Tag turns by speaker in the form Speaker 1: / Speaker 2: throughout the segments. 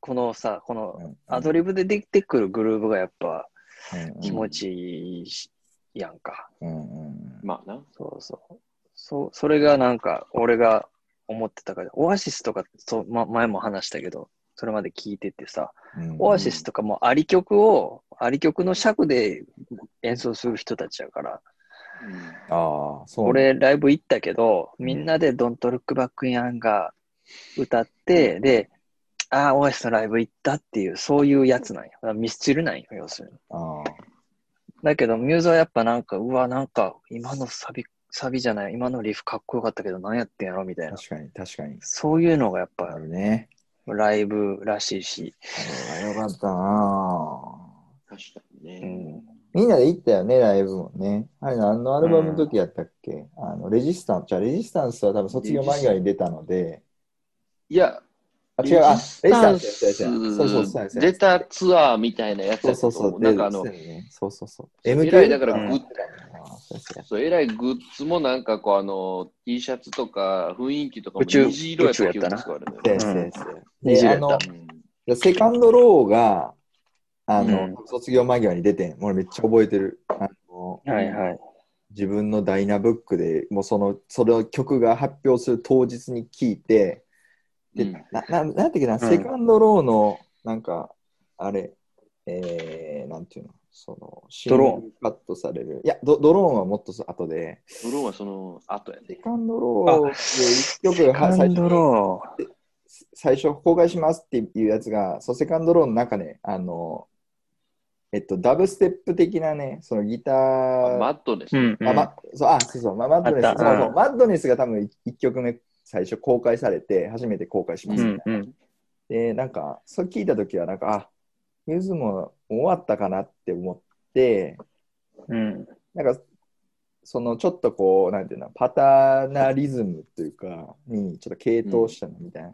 Speaker 1: このさ、この
Speaker 2: うん
Speaker 1: アドリブでできてくるグルーブがやっぱ
Speaker 2: うん
Speaker 1: 気持ちいいしやんか。
Speaker 2: うんうん
Speaker 3: まあな。
Speaker 1: そうそう。そう、それがなんか、俺が思ってたから、オアシスとか、そう、ま、前も話したけど、それまで聞いててさ、
Speaker 2: うん
Speaker 1: オアシスとかもあり曲を、あり曲の尺で演奏する人たちやから、
Speaker 3: うん
Speaker 2: ああ、そう。
Speaker 1: 俺ライブ行ったけど、みんなで Don't Look Back in Anger 歌って、で、ああ、オアシスのライブ行ったっていう、そういうやつなんよ。だからミスチルなんよ、要するに。
Speaker 2: ああ
Speaker 1: だけど、ミューズはやっぱなんか、うわ、なんか、今のサビ、サビじゃない、今のリフかっこよかったけど、何やってんやろみたいな。
Speaker 2: 確かに、確かに。
Speaker 1: そういうのがやっ
Speaker 2: あ
Speaker 1: ぱ、
Speaker 2: るね。
Speaker 1: ライブらしいし、
Speaker 2: あれはよかったな
Speaker 3: 確かに
Speaker 1: う
Speaker 3: ね。
Speaker 1: ん、
Speaker 2: みんなで行ったよね、ライブもね。あれ、何のアルバムの時やったっけ、あの、レジスタンス、じゃあレジスタンスは多分卒業間際に出たので、
Speaker 3: いや、
Speaker 2: あ、違う、あ、レジスタンスやっ
Speaker 3: レジ
Speaker 2: たや
Speaker 3: スタ
Speaker 2: つや
Speaker 3: ンス
Speaker 2: そうそう、そうやそうや
Speaker 3: 出たツアーみたいなやつ
Speaker 2: そう
Speaker 3: やったと
Speaker 2: そう
Speaker 3: 思
Speaker 2: そうう、
Speaker 3: なんかあの
Speaker 2: そう、やねそうそうそう。
Speaker 3: えらいだから
Speaker 1: うん
Speaker 3: グッ
Speaker 2: あそうそう
Speaker 3: そう、えらいグッズもなんかこう、あの、T シャツとか雰囲気とかも
Speaker 1: 宇宙
Speaker 3: 虹色やった
Speaker 1: 宇宙やったな
Speaker 3: 記憶とかある
Speaker 2: そう
Speaker 3: ね
Speaker 1: う
Speaker 2: やそうや
Speaker 1: ん
Speaker 2: そうや
Speaker 1: いじれ
Speaker 2: で、あ
Speaker 1: た
Speaker 2: の、
Speaker 3: うん
Speaker 2: セカンドローが、あの、
Speaker 1: うん
Speaker 2: 卒業間際に出てん。俺めっちゃ覚えてる。あの、
Speaker 1: はいはい。
Speaker 2: 自分のダイナブックでもうそのその曲が発表する当日に聞いてで、
Speaker 3: うん
Speaker 2: なななんていうっけな、セカンドローのなんかあれえー、なんていうのそのシ
Speaker 1: ドロ
Speaker 2: ングルカットされるいやドドローンはもっと後で
Speaker 3: ドローンはその後や
Speaker 2: セ
Speaker 3: ね。
Speaker 2: カンドローで一曲は
Speaker 1: ハ
Speaker 2: 最
Speaker 1: ンド
Speaker 2: 初
Speaker 1: ロ
Speaker 2: 最初公開しますっていうやつがそうセカンドローの中であのえっとダブステップ的なねそのギタ
Speaker 3: あ
Speaker 2: ー
Speaker 3: マットネス。
Speaker 1: ー。うん、うん。
Speaker 2: あ、ま、そう、あ、そうそう、ま、マッドネス、
Speaker 1: あっ
Speaker 2: そう
Speaker 1: た
Speaker 2: そう
Speaker 1: うん
Speaker 2: マッドネスが多分1曲目最初公開されて、初めて公開します、
Speaker 1: うんうん。
Speaker 2: で、なんか、それ聞いたときは、なんか、あ、ミューズも終わったかなって思って、
Speaker 1: うん。
Speaker 2: なんか、そのちょっとこう、なんていうの、パターナリズムというか、にちょっと系統したのみたいな。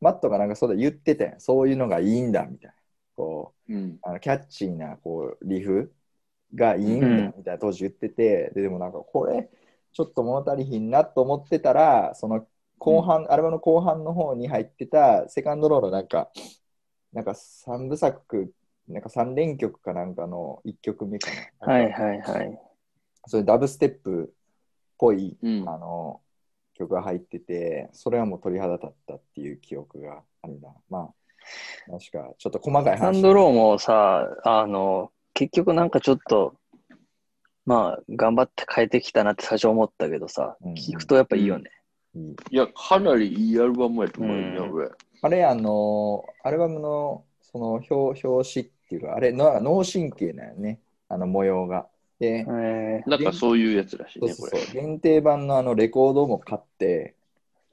Speaker 2: マットがなんかそうだ言ってたやん。そういうのがいいんだ、みたいな。こう、
Speaker 3: うん。
Speaker 2: あのキャッチーなこうリフがいいんだ
Speaker 1: うん
Speaker 2: みたいな当時言ってて、ででもなんかこれちょっと物足りひんなと思ってたらその後半、アルバムの後半の方に入ってたセカンドローのなんかなんか3部作なんか3連曲かなんかの1曲目かな、
Speaker 1: はいはいはい。
Speaker 2: それダブステップっぽい、
Speaker 3: うん
Speaker 2: あの曲が入っててそれはもう鳥肌立ったっていう記憶があるなまあ確かちょっと細かい話
Speaker 1: ハンドローもさ、あの、結局なんかちょっと、まあ、頑張って変えてきたなって最初思ったけどさ、
Speaker 2: うん
Speaker 1: 聞くとやっぱいいよね。
Speaker 2: いい
Speaker 3: いや、かなりいいアルバムやと思うよ
Speaker 1: う
Speaker 3: ね、
Speaker 1: ん
Speaker 3: 俺。
Speaker 2: あれ、あのアルバムのその表表紙っていうか、あれ、の脳神経だよね、あの模様が。で、
Speaker 1: え
Speaker 3: なんかそういうやつらしい
Speaker 2: そう
Speaker 3: ね、
Speaker 2: そ
Speaker 3: こ
Speaker 2: うそう
Speaker 3: れ。
Speaker 2: 限定版のあのレコードも買って、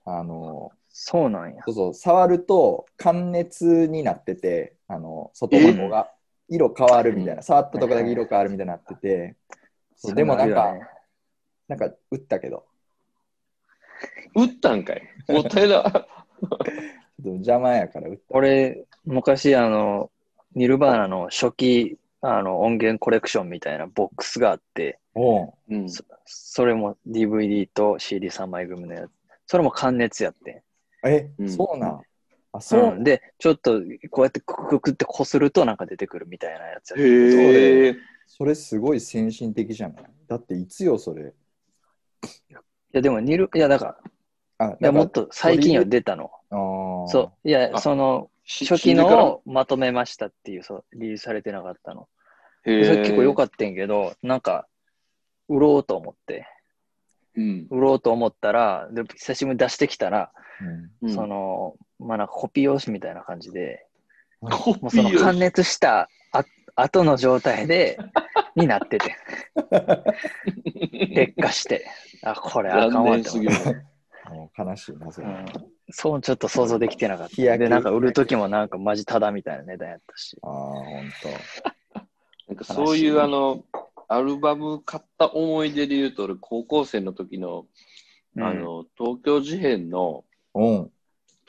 Speaker 2: あの
Speaker 1: そうなんや。
Speaker 2: そうそう触ると感熱になってて、あの外箱が色変わるみたいな、触ったとこだけ色変わるみたいになってて、そうでもなん
Speaker 1: そう
Speaker 2: か、
Speaker 1: あるよね
Speaker 2: なんか打ったけど、
Speaker 3: 打ったんかい。もったいな。
Speaker 2: ちょっと邪魔やから打った。
Speaker 1: 俺、昔、あの、ニルバーナの初期、あの、音源コレクションみたいなボックスがあって、
Speaker 2: おう
Speaker 3: うん。
Speaker 1: そそれも DVD と CD3 枚組のやつ。それも関熱やってん。
Speaker 2: え、
Speaker 3: うん
Speaker 2: そうなん。あ、そう、
Speaker 1: んで、ちょっとこうやってククククってこするとなんか出てくるみたいなやつやって
Speaker 3: へえ。
Speaker 2: それすごい先進的じゃないだっていつよ、それ。
Speaker 1: いや、でもニル、いや、だから、
Speaker 2: あ、
Speaker 1: いやもっと最近よ、出たの。
Speaker 2: あー
Speaker 1: そう。いや、
Speaker 3: あ
Speaker 1: その、
Speaker 3: し
Speaker 1: 初期
Speaker 3: 死んでから
Speaker 1: のをまとめましたっていう、そう、リリースされてなかったの。
Speaker 3: へ
Speaker 1: でそれ結構良
Speaker 3: っ
Speaker 1: かったんやけど、なんか、売ろうと思って。
Speaker 3: た。うん。
Speaker 1: 売ろうと思ったら、で久しぶりに出してきたら、
Speaker 2: うん。
Speaker 3: うん
Speaker 1: その、まあ、なんかコピー用紙みたいな感じで、
Speaker 3: コピ
Speaker 1: もうその
Speaker 3: ーよ
Speaker 1: 感熱したあ後の状態で、になって て。劣化して。あ、これあかん
Speaker 3: 残
Speaker 1: わっ
Speaker 3: 念
Speaker 1: て
Speaker 3: す
Speaker 1: 思
Speaker 3: ぎ
Speaker 1: っ
Speaker 3: る
Speaker 1: た。。
Speaker 2: もう悲しいな、それ。
Speaker 1: うんそう、ちょっと想像できてなかった。
Speaker 2: 日焼け
Speaker 1: で、なんか売る時もなんかマジタダみたいな値段やったし。
Speaker 2: ああ、ほんと。
Speaker 3: なんかそういうあの、アルバム買った思い出で言うと、俺高校生の時の、
Speaker 1: うん
Speaker 3: あ、の、東京事変の、
Speaker 2: うん。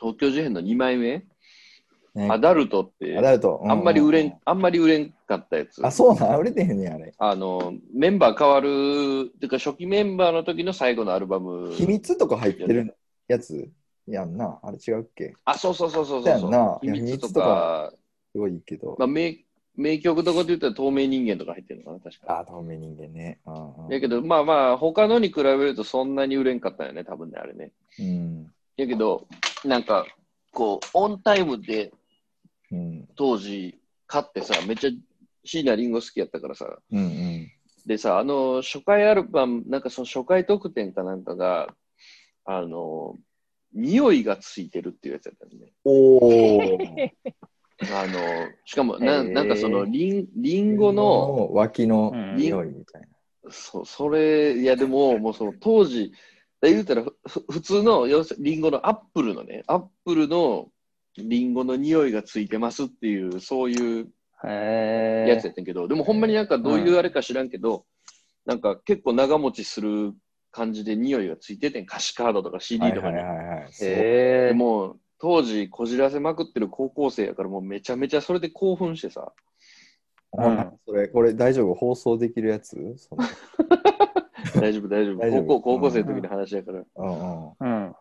Speaker 3: 東京事変の2枚目、
Speaker 2: ね
Speaker 3: アダルトって、
Speaker 2: アダルト。う
Speaker 3: あんまり売れん、あんまり売れんかったやつ。
Speaker 2: あ、そうなん売れてへんねんあれ。
Speaker 3: あの、メンバー変わる、てか初期メンバーの時の最後のアルバム。
Speaker 2: 秘密とか入ってるやつやんな。あれ違うっけ
Speaker 3: あ、そうそうそうそう
Speaker 2: そう
Speaker 3: そ
Speaker 2: や
Speaker 3: うん
Speaker 2: な
Speaker 3: 秘密と
Speaker 2: 秘密と
Speaker 3: か
Speaker 2: か、すごいいいけど。
Speaker 3: まあ、名名曲とかで言ったら透明人間とか入ってるのかな、確か。
Speaker 2: あ、透明人間ね。うんうん
Speaker 3: やけど、まあまあ、他のに比べるとそんなに売れんかったよね、多分ね、あれね。
Speaker 2: うん。
Speaker 3: やけど、なんか、こう、オンタイムで
Speaker 2: うん。
Speaker 3: 当時買ってさ、めっちゃ椎名林檎好きやったからさ、
Speaker 2: うんうん。
Speaker 3: でさ、あの、初回アルバム、なんかその初回特典かなんかが、あの、匂いがついてるっていうやつやったのね。
Speaker 2: おお。
Speaker 3: あの、しかも、な
Speaker 2: へー
Speaker 3: なんかその、リン、リンゴの、
Speaker 2: 脇の
Speaker 1: うん
Speaker 2: 匂いみたいな。
Speaker 3: そう、それ、いやでも、もうその当時、言うたらふ、ふ普通の、要するにリンゴのアップルのね、アップルのリンゴの匂いがついてますっていう、そういう
Speaker 1: へ
Speaker 3: や
Speaker 1: え。
Speaker 3: つやったんやけど、でもほんまになんかどういうあれか知らんけど、なんか結構長持ちする感じで匂いがついててん、歌詞カードとか CD とか
Speaker 2: はい
Speaker 3: に。
Speaker 2: はいはいはい。そう
Speaker 1: へ
Speaker 3: で
Speaker 1: え。
Speaker 3: もう当時こじらせまくってる高校生やからもうめちゃめちゃそれで興奮してさ、
Speaker 1: うん
Speaker 2: それ、これ大丈夫放送できるやつその
Speaker 3: 大丈夫大丈
Speaker 2: 大丈
Speaker 3: 夫、
Speaker 2: 夫
Speaker 3: 高校高校生の時の話やから。
Speaker 2: うんうん。
Speaker 1: うん。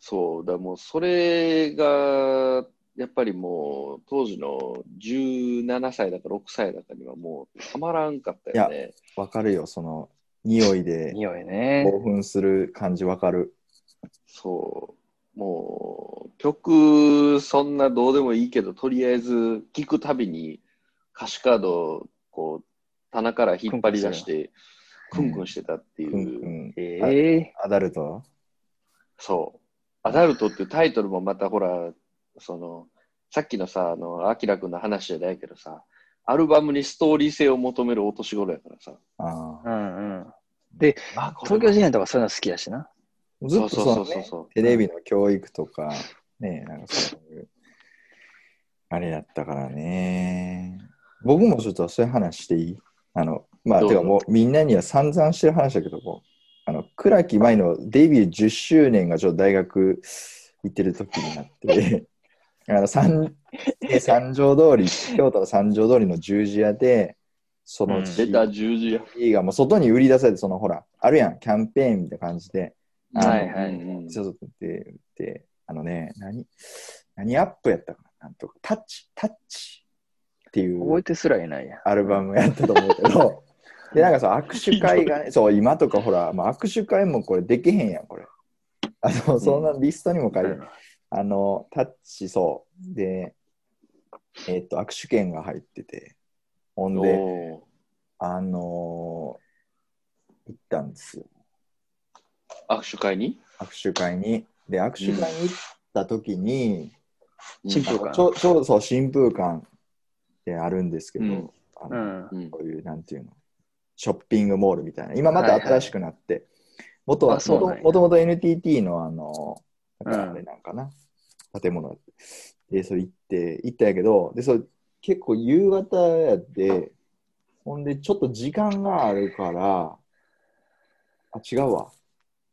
Speaker 3: そう、だからもうそれが、やっぱりもう、当時の17歳だか6歳だかにはもう、たまらんかったよね。
Speaker 2: わかるよ、その匂いで
Speaker 1: 匂いね。
Speaker 2: 興奮する感じわかる。
Speaker 3: そう。もう、曲、そんなどうでもいいけど、とりあえず、聴くたびに、歌詞カードを、こう、棚から引っ張り出して、ク
Speaker 2: ク
Speaker 3: ン
Speaker 2: ン
Speaker 3: ク
Speaker 2: ク
Speaker 3: ン
Speaker 2: ン
Speaker 3: してたっていうう。
Speaker 2: んうん。
Speaker 1: ええ。
Speaker 2: アダルト
Speaker 3: そう。アダルトっていうタイトルもまたほら、その、さっきのさ、あの、アキラくんの話じゃないけどさ、アルバムにストーリー性を求めるお年頃やからさ。
Speaker 2: あ
Speaker 1: う
Speaker 2: あ。
Speaker 1: んうん。
Speaker 3: あ、こ
Speaker 1: 東京事変とかそういうの好きやしな。
Speaker 2: ずっ
Speaker 3: そ
Speaker 2: と
Speaker 3: うそ
Speaker 2: そ
Speaker 3: うそう
Speaker 2: の
Speaker 3: そう
Speaker 2: ね
Speaker 3: そう。
Speaker 2: テレビの教育とか、ね、なんかそういう、あれだったからね。僕もちょっとそういう話していいあの、まあ、
Speaker 3: どう
Speaker 2: て
Speaker 3: ぞ
Speaker 2: かもうみんなには散々してる話だけども、あの、倉木舞のデビュー10周年がちょっと大学行ってる時になって、 あの、三、三条通り、京都の三条通りの十字屋で、その
Speaker 1: うん
Speaker 3: 出た十字や。
Speaker 2: CD がもう外に売り出されて、そのほら、あるやん、キャンペーンみたいな感じで、あの
Speaker 1: はいはい
Speaker 3: うんうん
Speaker 2: そうそうって言って、あのね、何、何アップやったかななんとか、タッチ、タッチってい
Speaker 1: 覚え
Speaker 2: う
Speaker 1: てすらいないや。
Speaker 2: アルバムやったと思うけ ど、で、なんかそう、握手会がね、そう、今とかほら、まあ、握手会もこれできへんやん、これ。あの、そんなリストにも書いて、
Speaker 1: うん
Speaker 2: あの、タッチ、そう。で、えっと、握手券が入ってて、ほんで、
Speaker 3: おー
Speaker 2: あのー行ったんですよ。
Speaker 3: 握手会に
Speaker 2: 握手会に。で、握手会に行った時に、
Speaker 1: 新風
Speaker 2: あの
Speaker 1: 館
Speaker 2: ちょちょうどそう、新風館ってあるんですけど、
Speaker 3: うん
Speaker 2: あ
Speaker 1: う
Speaker 2: の
Speaker 1: ん。
Speaker 3: うん
Speaker 2: こういう、なんていうの、ショッピングモールみたいな。今また
Speaker 1: はいはい
Speaker 2: 新しくなって、元は
Speaker 1: あそうなんや
Speaker 2: 元もともと NTT のあの、なん
Speaker 1: うん
Speaker 2: かあれなんかな、建物だってで、それ行って、行ったんやけど、で、それ結構夕方やで、ほんで、ちょっと時間があるから、あ、違うわ。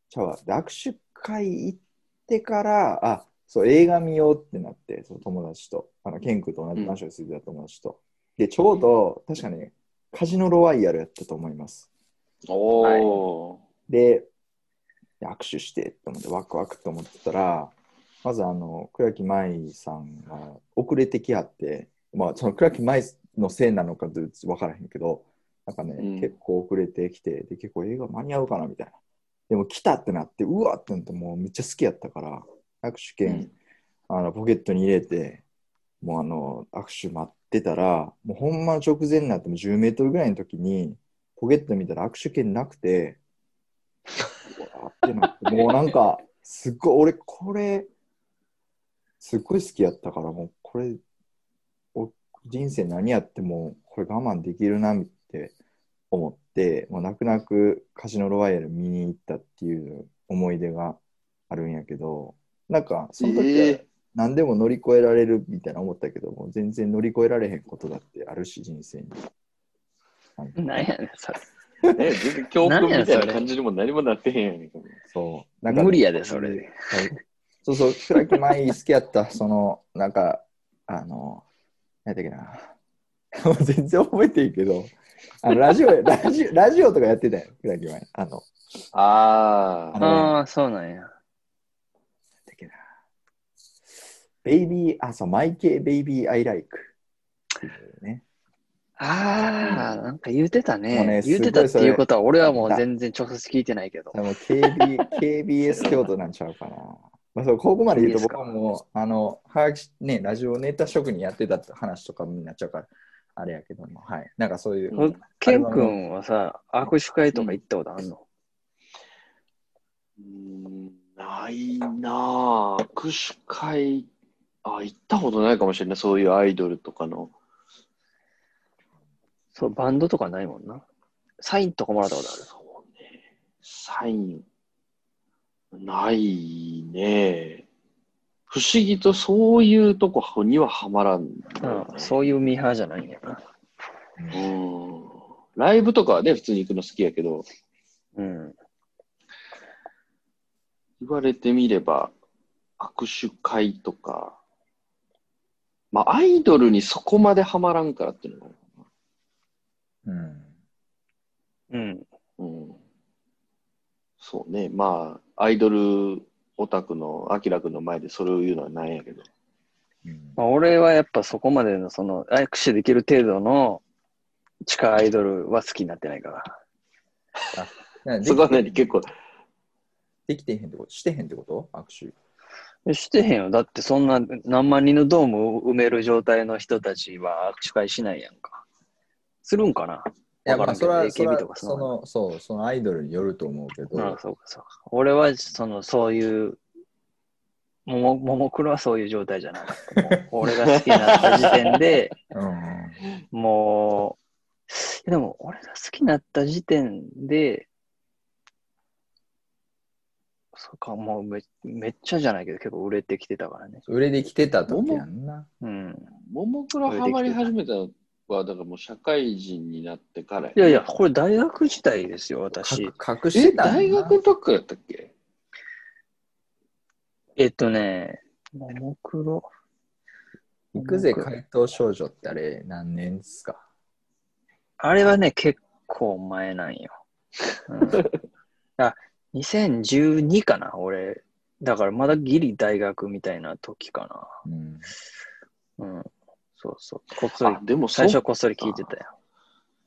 Speaker 2: ちゃうわ。で握手会行ってから、あ、そう、映画見ようってなって、その友達と、あの、ケン君と同じマンションに住んでた友達と。で、ちょうど、確かね、カジノロワイヤルやったと思います。
Speaker 3: おー。
Speaker 2: で、で握手してと思って、ワクワクと思ってたら、まずあの、倉木舞さんが遅れてきはって、まあ、その倉木舞のせいなのかどうか分からへんけど、なんかね、
Speaker 3: うん
Speaker 2: 結構遅れてきて、で、結構映画間に合うかなみたいな。でも来たってなって、うわってなって、もうめっちゃ好きやったから、握手券、あのポケットに入れて、もうあの握手待ってたら、もうほんま直前になっても10メートルぐらいの時に、ポケット見たら握手券なくて、うわーってな って、もうなんか、すっごい、俺これ、すっごい好きやったから、もうこれ、お人生何やっても、これ我慢できるなって思って、もう泣く泣くカジノロワイヤル見に行ったっていう思い出があるんやけど、なんか、その時は、
Speaker 3: えー
Speaker 2: 何でも乗り越えられるみたいな思ったけども全然乗り越えられへんことだってあるし人生に。なんか
Speaker 1: なんやねん、それ。
Speaker 3: ね、全然教訓みたい
Speaker 1: 何やそ
Speaker 3: な
Speaker 1: れ
Speaker 3: 感じにも何もなってへんやんか。
Speaker 2: そうなんか
Speaker 1: 無理やで、それで。
Speaker 2: はいそうそう倉木舞好きやったそのなんかあの何だっけな もう全然覚えていいけどあのラジオ ラジオラジオとかやってたよ倉木舞あの
Speaker 3: あ
Speaker 2: あの
Speaker 3: ー。
Speaker 1: ああ、そうなんや。
Speaker 2: だっけなベイビー、あ、そう、マイケイベイビーアイライク。ね、
Speaker 1: ああ、なんか言うてた
Speaker 2: もうね
Speaker 1: ね。言うてたっていうことは、俺はもう
Speaker 2: だ
Speaker 1: 全然直接聞いてないけど
Speaker 2: そ。れも KB KBS 京都なんちゃうかな。まあ、そうここまで言うと
Speaker 1: KBS か
Speaker 2: 僕はもう、あの、はがきね、ラジオネタ職人やってたって話とかになっちゃうから、あれやけども、はい。なんかそういう、
Speaker 3: うん
Speaker 1: ケン君はさ、握手会とか行ったことあんの
Speaker 3: うんないなぁ。握手会、あ、行ったことないかもしれない。そういうアイドルとかの。
Speaker 1: そう、バンドとかないもんな。サインとかもらったことある。
Speaker 3: そうね。サイン、ないね。不思議とそういうとこにはハマらん、
Speaker 1: うん、そういうミーハーじゃないんやな。
Speaker 3: うん。ライブとかはね、普通に行くの好きやけど、
Speaker 1: うん。
Speaker 3: 言われてみれば、握手会とか、まあ、アイドルにそこまでハマらんからっていうのが、
Speaker 2: うん。
Speaker 1: うん。
Speaker 3: うん。そうね、まあ、アイドルオタクのアキラ君の前でそれを言うのはなんやけど、
Speaker 2: うん
Speaker 1: まあ、俺はやっぱそこまでの、その、握手できる程度の地下アイドルは好きになってないから。
Speaker 2: なん
Speaker 3: そ
Speaker 2: か
Speaker 3: こは
Speaker 2: で
Speaker 3: ね、結構、
Speaker 2: できてへんってことしてへんってこと握手。
Speaker 1: えしてへんよ。だってそんな何万人のドームを埋める状態の人たちは握手会しないやんか。するんかない
Speaker 2: や、
Speaker 1: わ
Speaker 2: ま
Speaker 1: か
Speaker 2: あ、
Speaker 1: らんけど
Speaker 2: それは、それ
Speaker 1: AKB と
Speaker 2: は
Speaker 1: かそ
Speaker 2: そ
Speaker 1: の
Speaker 2: の、そう、そのアイドルによると思うけど、
Speaker 1: ああ、そうかそうか。俺はそのそういう、ももももクロはそういう状態じゃなかった。もう俺が好きになった時点で、
Speaker 2: うん
Speaker 1: もう、でも俺が好きになった時点で、そうか、もうめめっちゃじゃないけど結構売れてきてたからね。
Speaker 2: 売れてきてた時やんな。
Speaker 1: うん。
Speaker 3: ももクロハマり始めたのは、だからもう社会人になってから
Speaker 1: いやいや、これ大学時代ですよ、私。
Speaker 2: か隠して
Speaker 3: え、
Speaker 2: たんやな
Speaker 3: 大学の時からやったっけ
Speaker 1: えっとね、ももクロ。
Speaker 2: 行くぜ、怪盗少女ってあれ、何年ですか
Speaker 1: あれはね、結構前なんよ。 うん、あ、2012かな、俺。だからまだギリ大学みたいな時か
Speaker 2: うん。
Speaker 1: な。うん。そうそう。こっそり
Speaker 3: あ、、でもそ
Speaker 1: 最
Speaker 3: う
Speaker 1: 初こっそり聞いてたよ。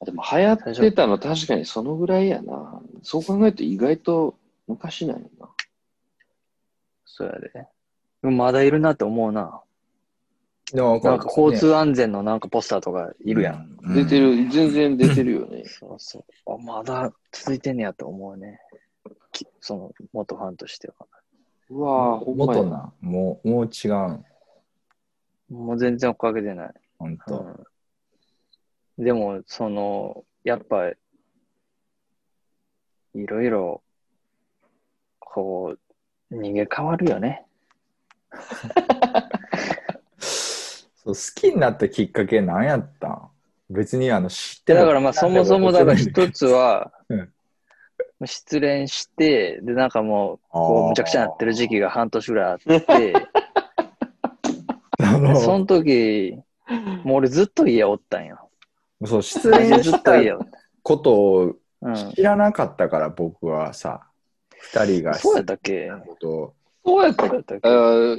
Speaker 3: でも流行ってたの確かにそのぐらいやな。そう考えると意外と昔なんやな。
Speaker 1: そうやで。でもまだいるなって思うな。
Speaker 2: でも
Speaker 1: なんか交通安全のなんかポスターとかいるやん。
Speaker 2: ん。
Speaker 3: 出てる、全然出てるよね。
Speaker 1: そうそう。あ、まだ続いてんねやと思うね。きその元ファンとしては。
Speaker 3: うわぁ、ほんま
Speaker 2: 元
Speaker 3: や。
Speaker 2: な。もう、もう違うん。
Speaker 1: もう全然追っかけてない。
Speaker 2: ほんと。
Speaker 1: うん、でも、その、やっぱ、いろいろ、こう、人間変わるよね。
Speaker 2: そう好きになったきっかけ何やったん別にあの知って
Speaker 1: で、
Speaker 2: た
Speaker 1: だからまあ、そもそも、だから一つは
Speaker 2: うん、
Speaker 1: 失恋して、で、なんかもう、
Speaker 2: あ
Speaker 1: こ
Speaker 2: ー
Speaker 1: う、むちゃくちゃなってる時期が半年ぐらいあって、
Speaker 2: あ
Speaker 1: で
Speaker 2: の
Speaker 1: その時、もう俺ずっと家おったんよ。
Speaker 2: そう、失
Speaker 1: マジで
Speaker 2: 恋
Speaker 1: ず
Speaker 2: し
Speaker 1: っと
Speaker 2: た
Speaker 1: 家おった。
Speaker 2: ことを
Speaker 1: うん。
Speaker 2: 知らなかったから、僕はさ、二人が
Speaker 1: そうやったっけ
Speaker 2: なことを
Speaker 3: そうやった
Speaker 1: そ
Speaker 3: っ
Speaker 1: う
Speaker 3: け
Speaker 1: やったっ
Speaker 3: あ
Speaker 1: け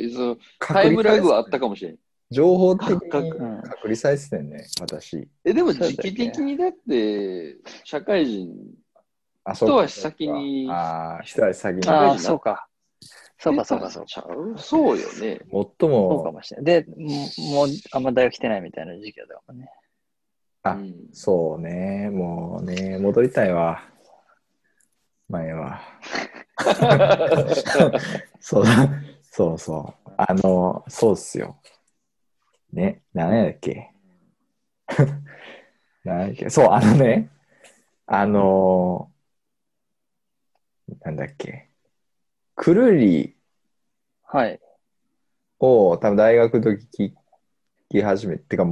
Speaker 3: ーそうタイムラグはあった
Speaker 2: か
Speaker 3: かもしれん。
Speaker 2: 情報的に
Speaker 3: 感
Speaker 2: 隔
Speaker 3: 覚
Speaker 1: うん
Speaker 2: 離されてたよね、私。
Speaker 3: え、でも
Speaker 1: そうやっ
Speaker 3: 時
Speaker 1: たっけ
Speaker 3: 期的にだって、社会人、
Speaker 2: あ
Speaker 3: 一足先に
Speaker 2: ああ、一足先に。
Speaker 1: ああ、そうか。そうか、そうか、そうか。
Speaker 3: ちゃうそうよ
Speaker 2: 最
Speaker 3: ね。
Speaker 1: そうか
Speaker 2: も、
Speaker 1: もしれない。で、ももうあんま大学来てないみたいな時期だったからね。
Speaker 2: あ
Speaker 3: うん
Speaker 2: そうね、もうね、戻りたいわ。前は。そう、 そうそう。あの、そうっすよ。ね、何やっけ。 何やっけ。そう、あのね、あの、なんだっけ。くるり
Speaker 1: はい。
Speaker 2: を多分大学の時聞き始めてか、